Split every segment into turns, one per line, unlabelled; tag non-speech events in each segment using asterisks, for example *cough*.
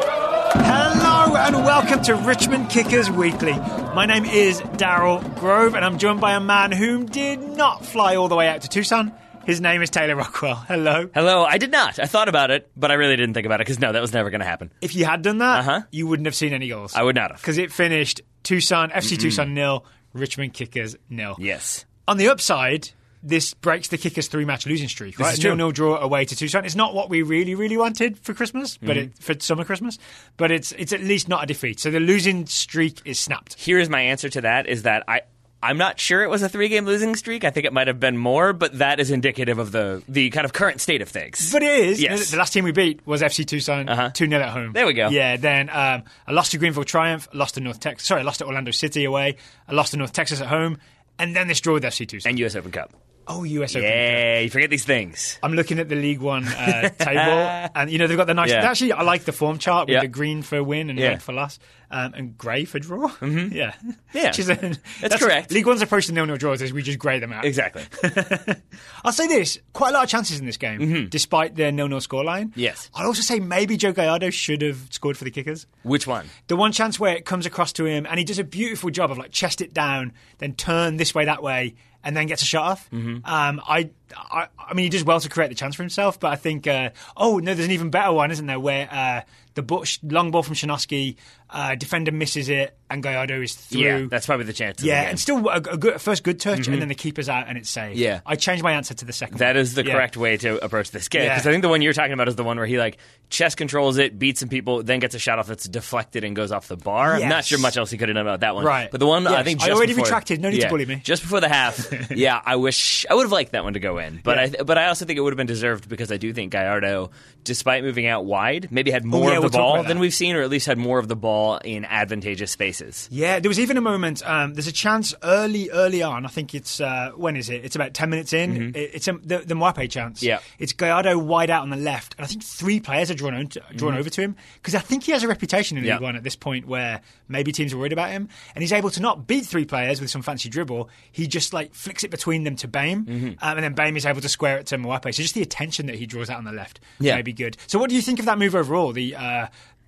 Hello and welcome to Richmond Kickers Weekly. My name is Daryl Grove and I'm joined by a man whom did not fly all the way out to Tucson. His name is Taylor Rockwell. Hello.
Hello, I did not. I thought about it, but I really didn't think about it because no, that was never going to happen.
If you had done that,
Uh-huh.
you wouldn't have seen any goals.
I would not have. Mm-hmm.
Because it finished Tucson, FC Tucson nil, Richmond Kickers nil.
Yes.
On the upside, this breaks the Kickers three match losing streak, right?
is true.
Nil draw away to Tucson. It's not what we really, really wanted for Christmas, but
Mm-hmm.
it, for summer Christmas, but it's it's at least not a defeat. So the losing streak is snapped.
Here is my answer to that: is that I. I'm not sure it was a three-game losing streak. I think it might have been more, but that is indicative of the the kind of current state of things.
But it is.
Yes.
The last team we beat was FC Tucson, 2
Uh-huh.
0 at home.
There we go.
Yeah, then um, I lost to Greenville Triumph, I lost to North Texas. Sorry, I lost to Orlando City away, I lost to North Texas at home, and then this draw with FC Tucson.
and U.S. Open Cup.
oh, US Open.
Yeah, you forget these things.
I'm looking at the League One uh,
*laughs*
table, and you know they've got the nice.
Yeah.
Actually, I like the form chart with
Yeah.
the green for win and
Yeah.
red for loss, um, and grey for draw. Mm-hmm. *laughs* Yeah,
Yeah.
Which is a- that's,
correct.
League One's approach to nil-nil draws is we just grey them out.
Exactly.
I'll say this: quite a lot of chances in this game, despite their nil-nil scoreline.
Mm-hmm. Yes.
I'll also say maybe Joe Gallardo should have scored for the kickers.
Which one?
The one chance where it comes across to him, and he does a beautiful job of like chest it down, then turn this way that way, and then gets a shot off.
Mm-hmm.
Um, I, I, I mean, he does well to create the chance for himself, but I think. Uh, oh no, there's an even better one, isn't there? Where uh, the bo- sh- long ball from Shinosky, uh, defender misses it, and Gallardo is through.
Yeah, that's probably the chance. of the
Yeah,
game. Mm-hmm.
and still a, a good a first good touch, and then the keeper's out and it's saved.
Yeah.
I changed my answer to the second.
That
one.
is the
Yeah.
correct way to approach this game
Yeah.
because I think the one you're talking about is the one where he like chest controls it, beats some people, then gets a shot off that's deflected and goes off the bar. I'm not
Yes.
sure much else he could have done about that one.
Right.
but the one I
Yes.
think
I
just
already
before-
retracted. No need to
Yeah.
bully me.
Just before
*laughs*
the half, yeah, I wish I would have liked that one to go in, but
Yeah.
I th- but I also think it would have been deserved because I do think Gallardo, despite moving out wide, maybe had more
Oh, yeah,
of
we'll
the
talk
ball
about
than
that.
we've seen, or at least had more of the ball in advantageous spaces.
Yeah, there was even a moment. Um, there's a chance early, early on. I think it's uh, when is it? It's about ten minutes in. It- it's a, the, the Mwape chance.
Mm-hmm. Yeah.
it's Gallardo wide out on the left, and I think three players are drawn on to, drawn over to him because I think he has a reputation in
Mm-hmm. Yeah.
League One at this point where maybe teams are worried about him, and he's able to not beat three players with some fancy dribble. He just like flicks it between them to Bame,
Mm-hmm.
um, and then Bame is able to square it to Mwape. So just the attention that he draws out on the left
Yeah.
may be good. So what do you think of that move overall? The uh,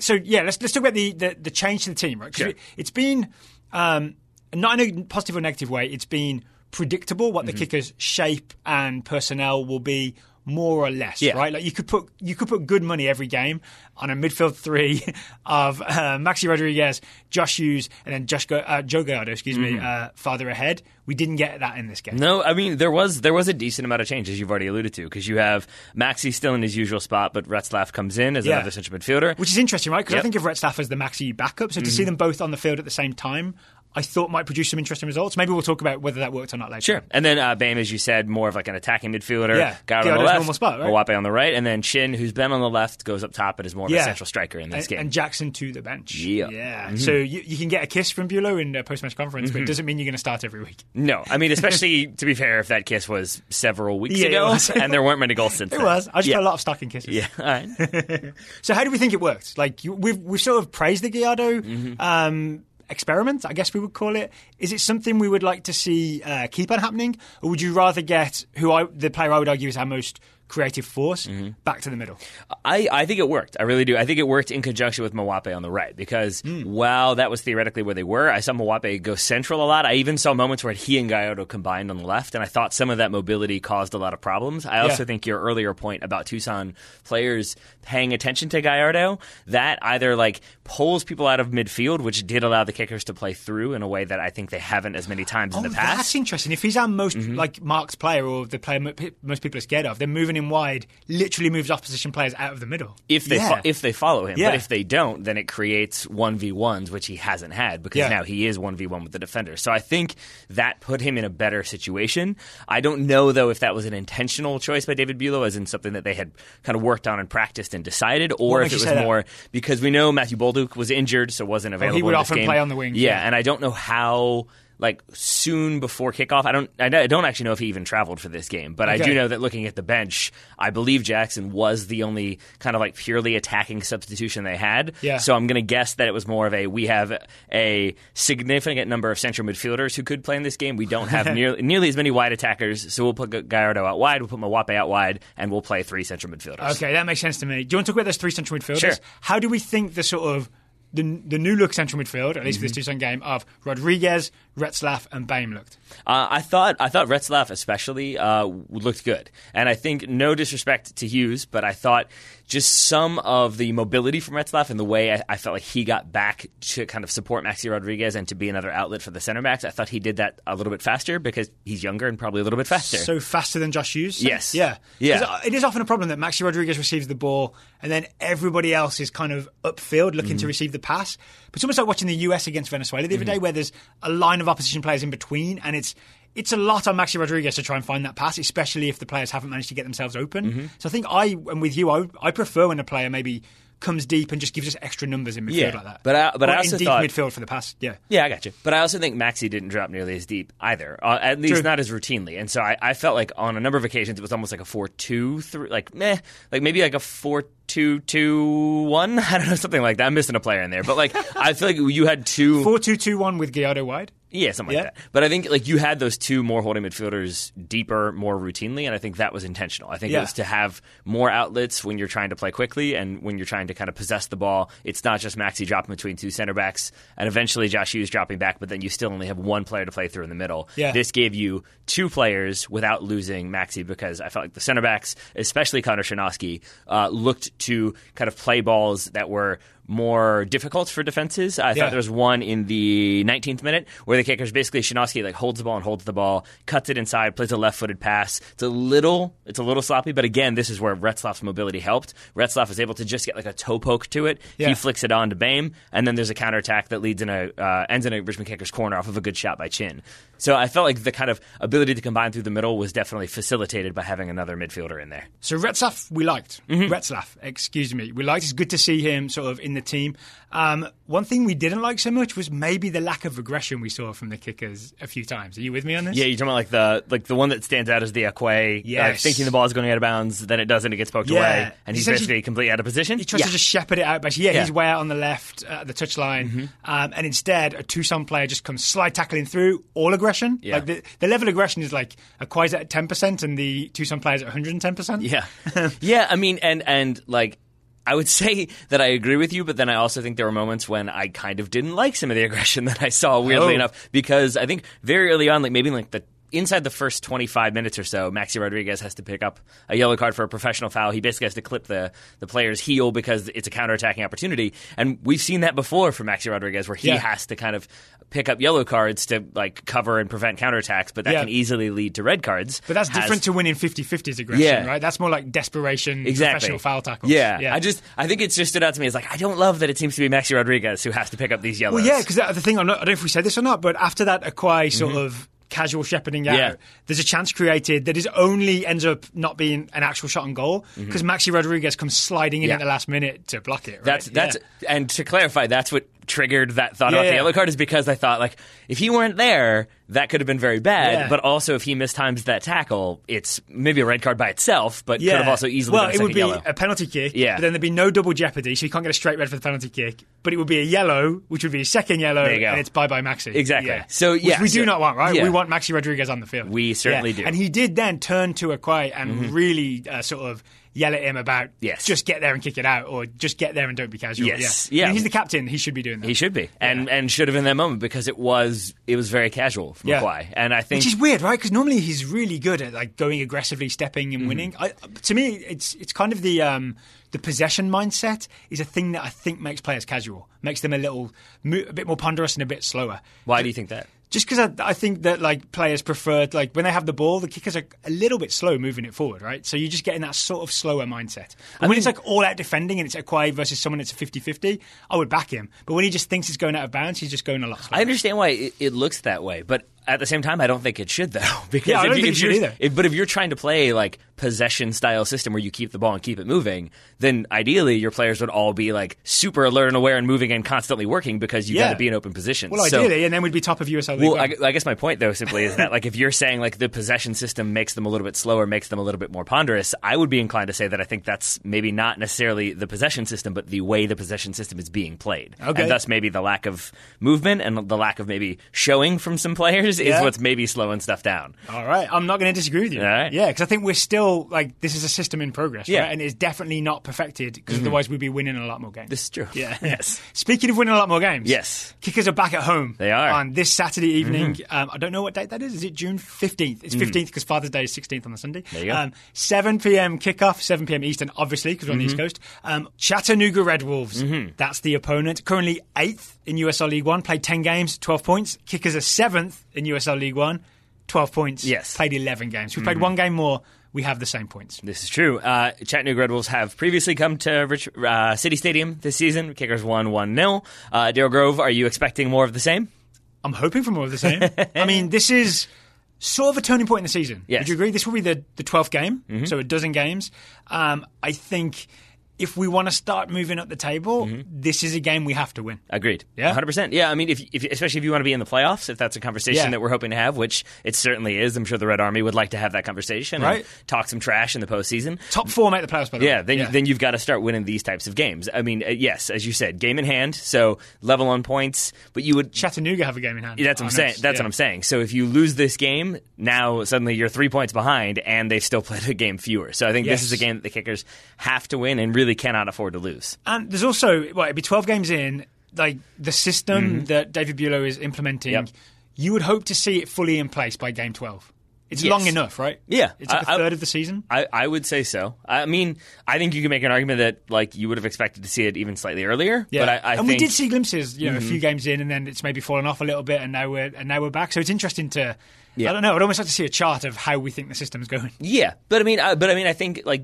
so yeah, let's let's talk about the the, the change to the team, right? 'Cause
Sure.
we- it's been um, not in a positive or negative way. It's been predictable what the kickers' shape and personnel will be, more or less.
Yeah.
Right? Like you could put you could put good money every game on a midfield three *laughs* of uh, Maxi Rodriguez, Josh Hughes, and then Josh Go- uh, Joe Gallardo. Excuse me, uh, farther ahead. We didn't get that in this game.
No, I mean there was there was a decent amount of change as you've already alluded to because you have Maxi still in his usual spot, but Retzlaff comes in as
Yeah.
another central midfielder.
Which is interesting, right? Because I
Yep. Mm-hmm.
think of Retzlaff as the maxi backup. So to see them both on the field at the same time, I thought might produce some interesting results. Maybe we'll talk about whether that worked or not later.
Sure, and then uh, Bame, as you said, more of like an attacking midfielder.
Yeah.
guy on the
Gallardo's
left,
normal spot, right?
Mawape on the right, and then Chin, who's been on the left, goes up top and is more of
Yeah.
a central striker in this
And,
game.
and Jackson to the bench.
Yeah. Mm-hmm.
So you, you can get a kiss from Bulow in a post match conference, but it doesn't mean you're going to start every week.
no, I mean especially *laughs* to be fair, if that kiss was several weeks
Yeah, it
ago,
was.
and there weren't many goals since
It
then.
was. I just
yeah.
got a lot of stocking kisses.
Yeah, all right.
So how do we think it worked? Like you, we've we've sort of praised the Giardo
Mm-hmm.
um, experiment, I guess we would call it. Is it something we would like to see uh, keep on happening, or would you rather get who I the player I would argue is our most creative force
Mm-hmm.
back to the middle?
I, I think it worked. I really do. I think it worked in conjunction with Mawape on the right because
Hmm.
while that was theoretically where they were, I saw Mawape go central a lot. I even saw moments where he and Gallardo combined on the left, and I thought some of that mobility caused a lot of problems. I also
Yeah.
think your earlier point about Tucson players paying attention to Gallardo, that either like pulls people out of midfield, which did allow the kickers to play through in a way that I think they haven't as many times in
Oh,
the past. Mm-hmm.
That's interesting. If he's our most like marked player or the player mo- pe- most people are scared of, then moving him wide literally moves opposition players out of the middle.
if they
Yeah.
fo- if they follow him.
Yeah.
But if they don't, then it creates one v ones, which he hasn't had because
Yeah.
now he is one v one with the defender. So I think that put him in a better situation. I don't know though if that was an intentional choice by David Bulow, as in something that they had kind of worked on and practiced and decided, or
makes
if it
you uh,
was
say that?
more because we know Matthew Bolduc was injured, so wasn't available.
would
in this
often
game.
play on the wing,
Yeah,
yeah.
and I don't know how. like soon before kickoff. I don't I don't- I don't actually know if he even traveled for this game, but I
Okay.
do know that looking at the bench, I believe Jackson was the only kind of like purely attacking substitution they had.
Yeah.
So I'm going to guess that it was more of a we have a significant number of central midfielders who could play in this game. We don't have nearly nearly as many wide attackers, so we'll put Gallardo out wide, we'll put Mawape out wide, and we'll play three central midfielders.
Okay, that makes sense to me. Do you want to talk about those three central midfielders?
Sure.
How do we think the sort of the, the new look central midfield, at least for this
Mm-hmm.
two-son game, of Rodriguez, Retzlaff, and Baim looked?
Uh, I thought I thought Retzlaff especially uh, looked good, and I think no disrespect to Hughes, but I thought just some of the mobility from Retzlaff and the way I, I felt like he got back to kind of support Maxi Rodriguez and to be another outlet for the center backs. I thought he did that a little bit faster because he's younger and probably a little bit faster.
So faster than Josh Hughes?
Yes.
Yeah.
Yeah.
'Cause, uh, It is often a problem that Maxi Rodriguez receives the ball and then everybody else is kind of upfield looking
Mm-hmm.
to receive the pass. But it's almost like watching the US against Venezuela the other day where there's a line of opposition players in between and it's it's a lot on Maxi Rodriguez to try and find that pass, especially if the players haven't managed to get themselves open.
Mm-hmm.
So I think I, and with you, I, I prefer when a player maybe comes deep and just gives us extra numbers in midfield
Yeah.
like that.
But I- but
Or
I also
in deep
thought-
midfield for the pass. Yeah.
Yeah, I got you. But I also think Maxi didn't drop nearly as deep either, uh, at least
True.
not as routinely. And so I, I felt like on a number of occasions it was almost like a four-two-three, like meh, like maybe like a four-two-two-one. *laughs* I don't know, something like that. I'm missing a player in there, but like I feel like you had two,
Four two two one with Guiado wide.
yeah, something
Yeah.
like that. But I think like you had those two more holding midfielders deeper, more routinely, and I think that was intentional. I think
Yeah.
it was to have more outlets when you're trying to play quickly and when you're trying to kind of possess the ball. It's not just Maxi dropping between two center backs and eventually Josh Hughes dropping back, but then you still only have one player to play through in the middle.
Yeah.
This gave you two players without losing Maxi because I felt like the center backs, especially Connor Shanowski, uh, looked to kind of play balls that were more difficult for defenses. I
Yeah.
thought there was one in the 19th minute where the kickers basically Shinovsky like holds the ball and holds the ball, cuts it inside, plays a left-footed pass. It's a little, it's a little sloppy, but again, this is where Retzlaff's mobility helped. Retzlaff was able to just get like a toe poke to it.
Yeah.
He flicks it on to Bame, and then there's a counterattack that leads in a uh, ends in a Richmond kicker's corner off of a good shot by Chin. So I felt like the kind of ability to combine through the middle was definitely facilitated by having another midfielder in there.
So Retzlaff, we liked.
Mm-hmm.
Retzlaff, excuse me. We liked. It's good to see him sort of in the team. Um, one thing we didn't like so much was maybe the lack of aggression we saw from the kickers a few times. Are you with me on this?
Yeah, you're talking about like the like the one that stands out is the Akwe, like
Yes.
thinking the ball is going out of bounds, then it doesn't, it gets poked
Yeah.
away, and he's
Essentially-
basically completely out of position.
He tries to just shepherd it out, but yeah,
Yeah. Mm-hmm.
he's way out on the left uh, at the touchline, um, and instead a Tucson player just comes slide tackling through all aggression.
Yeah.
Like the, the level of aggression is like a Quai's at ten percent and the Tucson players at one hundred and ten percent. *laughs*
*laughs* Yeah. yeah, I mean and and like I would *laughs* say that I agree with you, but then I also think there were moments when I kind of didn't like some of the *laughs* aggression that I saw weirdly
Oh.
enough because I think very early on like maybe like the inside the first 25 minutes or so Maxi Rodriguez has to pick up a yellow card for a professional foul. He basically has to clip the the player's heel because it's a counterattacking opportunity and we've seen that before for Maxi Rodriguez where he
Yeah.
has to kind of pick up yellow cards to like cover and prevent counterattacks, but that
Yeah.
can easily lead to red cards.
But that's
Has-
different to winning 50-50s aggression,
Yeah.
right? That's more like desperation,
exactly.
professional foul tackles.
Yeah. I just I think it's just stood out to me as like I don't love that it seems to be Maxi Rodriguez who has to pick up these yellows.
Well, yeah, because the thing, I'm not, I don't know if we said this or not, but after that Akwai sort of casual shepherding out,
Mm-hmm. Yeah.
there's a chance created that is only ends up not being an actual shot on goal because Maxi Rodriguez comes sliding in
Mm-hmm. Yeah.
at the last minute to block it. Right?
that's that's
Yeah.
and to clarify, that's what triggered that thought
Yeah,
about
yeah.
the yellow card is because I thought like if he weren't there, that could have been very bad.
Yeah.
But also if he mistimes that tackle, it's maybe a red card by itself, but could have also easily
well,
been a
it
second
would be
yellow.
a penalty kick.
Yeah.
but then there'd be no double jeopardy, so you can't get a straight red for the penalty kick. But it would be a yellow, which would be a second yellow,
There you go.
and it's bye bye Maxi.
Exactly. So, yeah,
which we do
so-
not want, right?
yeah.
We want Maxi Rodriguez on the field.
We certainly
Yeah.
do. Mm-hmm.
And he did then turn to Akwai and really uh, sort of yell at him about
Yes.
just get there and kick it out, or just get there and don't be casual.
Yes.
yeah. I mean,
Yeah.
he's the captain; he should be doing that.
he should be, and and should have in that moment because it was it was very casual from
Yeah.
Kawhi. and I think
Which is weird, right? Because normally he's really good at like going aggressively, stepping
Mm-hmm.
and winning. I, to me, it's it's kind of the um, the possession mindset is a thing that I think makes players casual, makes them a little mo- a bit more ponderous and a bit slower.
why do you think that?
Just because I, I think that like players prefer like when they have the ball, the kickers are a little bit slow moving it forward, right? So you're just getting that sort of slower mindset. And when it's like all out defending and it's Akwai versus someone that's a 50-50, I would back him. But when he just thinks it's going out of bounds, he's just going a lot slower.
I understand why it, it looks that way, but At the same time, I don't think it should though, *laughs* because
Yeah, I
if
don't
you,
think
if
it should
you're-
either.
if- but if you're trying to play like possession style system where you keep the ball and keep it moving, then ideally your players would all be like super alert and aware and moving and constantly working because you
Yeah.
got to be in open positions.
Well,
So-
ideally, and then we'd be top of USL League.
well, I,
One.
I guess my point though simply is that like if you're saying like the possession system makes them a little bit slower, makes them a little bit more ponderous, I would be inclined to say that I think that's maybe not necessarily the possession system, but the way the possession system is being played,
Okay.
and thus maybe the lack of movement and the lack of maybe showing from some players is
Yeah.
what's maybe slowing stuff down.
All right, I'm not going to disagree with you.
All right.
Yeah, because I think we're still like this is a system in progress,
Yeah. Mm-hmm.
right? And it's definitely not perfected because otherwise we'd be winning a lot more games.
This is *laughs* true.
*laughs* Yeah.
Yes.
Speaking of winning a lot more games,
Yes.
Kickers are back at home.
They are. Mm-hmm.
on this Saturday evening. Um, I don't know what date that is. Is it June fifteenth? It's fifteenth because Father's Day is sixteenth on the Sunday.
Mm. There you go.
Um, Seven p.m. kickoff. Seven p.m. Eastern, obviously, because we're on the East
Mm-hmm.
Coast. Um, Chattanooga Red Wolves. That's the opponent. Currently eighth in USL League One. Played ten games, twelve points. Kickers are seventh in USL League One, twelve points.
Yes. Mm-hmm.
Played eleven games. We played one game more. We have the same points.
This is true. Uh, Chattanooga Red Wolves have previously come to Rich, uh, City Stadium this season. Kickers won 1 0. Uh, Daryl Grove, are you expecting more of the same?
I'm hoping for more of the same. I mean, this is sort of a turning point in the season.
Yes. Mm-hmm.
Would you agree? This will be the, the 12th game, so a dozen games. Um, I think if we want to start moving up the table,
Mm-hmm.
this is a game we have to win.
Agreed.
Yeah?
100%. Yeah, I mean, if, if especially if you want to be in the playoffs, if that's a conversation
Yeah.
that we're hoping to have, which it certainly is. I'm sure the Red Army would like to have that conversation
Right.
and talk some trash in the postseason.
Top four make the playoffs, by the
Yeah,
way.
then then you've got to start winning these types of games. I mean, uh, yes, as you said, game in hand, so level on points, but you would
Chattanooga have a game in hand.
Yeah, That's what I'm
on
saying.
us.
That's
Yeah.
what I'm saying. So if you lose this game, now suddenly you're three points behind, and they've still *laughs* played a game fewer. So I think
Yes.
this is a game that the kickers have to win and really cannot afford to lose.
And there's also well, it'd be 12 games in. Like the system that David Bulow is implementing,
Mm-hmm. Yep.
you would hope to see it fully in place by game 12. It's
Yes.
long enough, right?
Yeah.
it's like a
I- I-
third of the season.
I, I would say so. I mean, I think you can make an argument that like you would have expected to see it even slightly earlier. But I, I
and
think Mm-hmm.
we did see glimpses, you know, a few games in, and then it's maybe fallen off a little bit, and now we're and now we're back. So it's interesting to, I don't know, I'd almost like to see a chart of how we think the system's going.
Yeah, but I mean, I, but I mean, I think like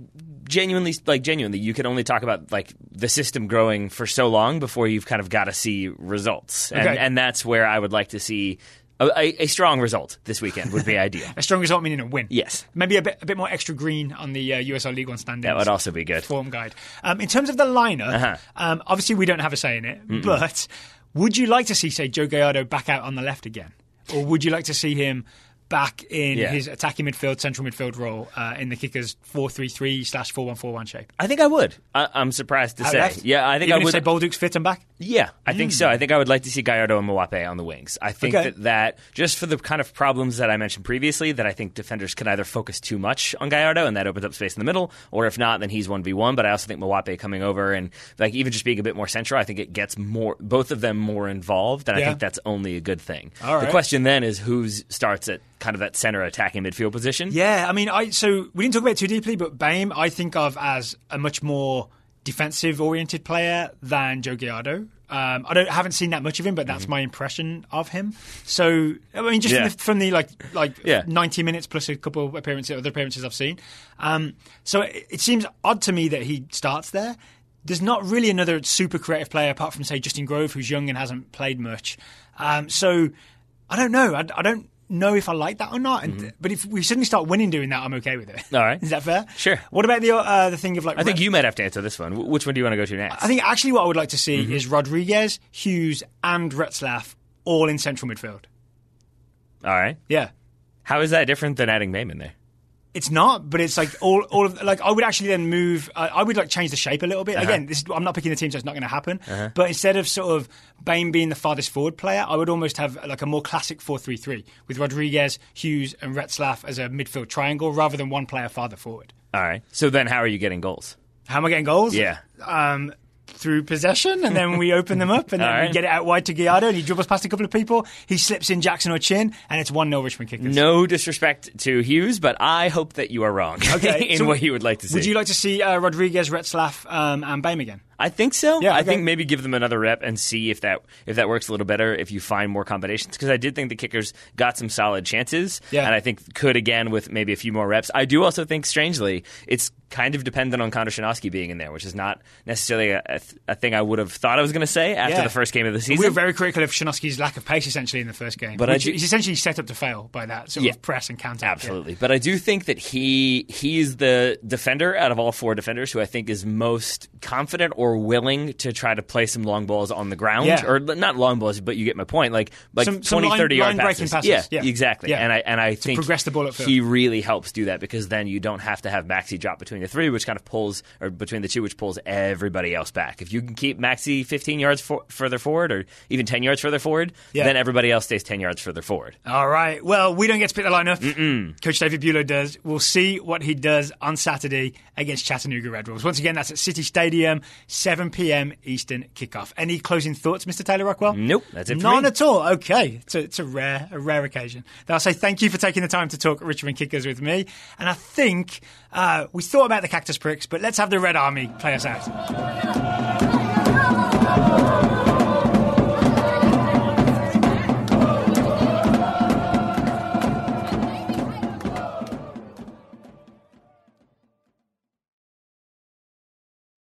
genuinely, like genuinely, you can only talk about like the system growing for so long before you've kind of got to see results, and,
Okay.
and that's where I would like to see a, a, a strong result this weekend would be *laughs* ideal.
A strong result meaning a win.
Yes.
maybe a bit a bit more extra green on the uh, USL League One standings.
That would Uh-huh. also be good.
form guide. Um, in terms of the lineup, um, obviously we don't have a say in it, but would you like to see, say, Joe Gallardo back out on the left again, or would you like to see him? Back in
Yeah.
his attacking midfield, central midfield role uh, in the kickers four three three slash four one four one shape.
I think I would. I, I'm surprised to
Out
say.
left?
Yeah, I think
Uh, Even
I would.
If, say Bolduc's fit and back.
Yeah, I think so. I think I would like to see Gallardo and Mawape on the wings. I think
Hmm. Okay.
that, that just for the kind of problems that I mentioned previously, that I think defenders can either focus too much on Gallardo and that opens up space in the middle, or if not, then he's one v one. But I also think Mawape coming over and like even just being a bit more central, I think it gets more both of them more involved, and
Yeah.
I think that's only a good thing.
All right.
The question then is who starts at kind of that center attacking midfield position.
Yeah, I mean, I so we didn't talk about it too deeply, but Bame I think of as a much more defensive oriented player than Joe Giardo. Um, I don't I haven't seen that much of him, but that's my impression of him. So I mean, just
Yeah.
from, the, from the like like
Yeah.
ninety minutes plus a couple appearances, other appearances I've seen. Um, so it, it seems odd to me that he starts there. There's not really another super creative player apart from say Justin Grove, who's young and hasn't played much. Um, so I don't know. I, I don't know if I like that or not. And, But if we suddenly start winning doing that, I'm okay with it.
Mm-hmm. *laughs* All right.
is that fair?
Sure.
What about the uh, the thing of like?
I think you might have to answer this one. Wh- Which one do you want to go to next?
I think actually what I would like to see
Mm-hmm.
is Rodriguez, Hughes, and Retzlaff all in central midfield.
All right.
Yeah.
How is that different than adding Mame in there?
It's not, but it's like all, all of like I would actually then move. I I would like change the shape a little bit. Again, this, I'm not picking the team, so it's not going to happen. But instead of sort of Bain being the farthest forward player, I would almost have like a more classic 4-3-3 with Rodriguez, Hughes, and Retzlaff as a midfield triangle rather than one player farther forward.
All right. So then, how are you getting goals?
How am I getting goals?
Yeah.
Um, through possession, and then we open them up, and then
All
we
right.
get it out wide to Guiardo, and he dribbles past a couple of people. He slips in Jackson or Chin, and it's 1 0 Richmond Kickers.
No disrespect to Hughes, but I hope that you are wrong *laughs*
Okay,
in
so
what you would like to see.
Would you like to see uh, Rodriguez, Retzlaff, um, and Bain again?
I think so.
Yeah,
I
okay.
think maybe give them another rep and see if that if that works a little better. If you find more combinations, because I did think the kickers got some solid chances,
Yeah.
and I think could again with maybe a few more reps. I do also think, strangely, it's kind of dependent on Kondrashinovsky being in there, which is not necessarily a, a a, th- a thing I would have thought I was going to say after
Yeah.
the first game of the season.
We were very critical of Shinovsky's lack of pace essentially in the first game,
But
but
I
which
do-
he's essentially set up to fail by that sort
Yeah.
of press and counter.
Absolutely. But I do think that he he's the defender out of all four defenders who I think is most confident or willing to try to play some long balls on the ground
Yeah.
or not long balls but you get my point like like
Some-
20
some line-
30 yard
line-breaking passes.
passes. Yeah,
Yeah.
exactly.
Yeah.
And I and I think
progress the ball upfield.
he really helps do that because then you don't have to have Maxi drop between the three which kind of pulls or between the two which pulls everybody else back. If you can keep Maxi 15 yards for, further forward or even 10 yards further forward,
Yeah. Uh,
then everybody else stays 10 yards further forward.
All right. Well, we don't get to pick the lineup. Coach David Bulow does. We'll see what he does on Saturday against Chattanooga Red Wolves. Once again, that's at City Stadium, 7 p.m. Eastern kickoff. Any closing thoughts, Mr. Taylor Rockwell?
Nope, that's it for
None
me.
at all. Okay, it's a, it's a rare, a rare occasion. Then I'll say thank you for taking the time to talk Richmond kickers with me. And I think uh, we thought about the cactus pricks, but let's have the Red Army play us out.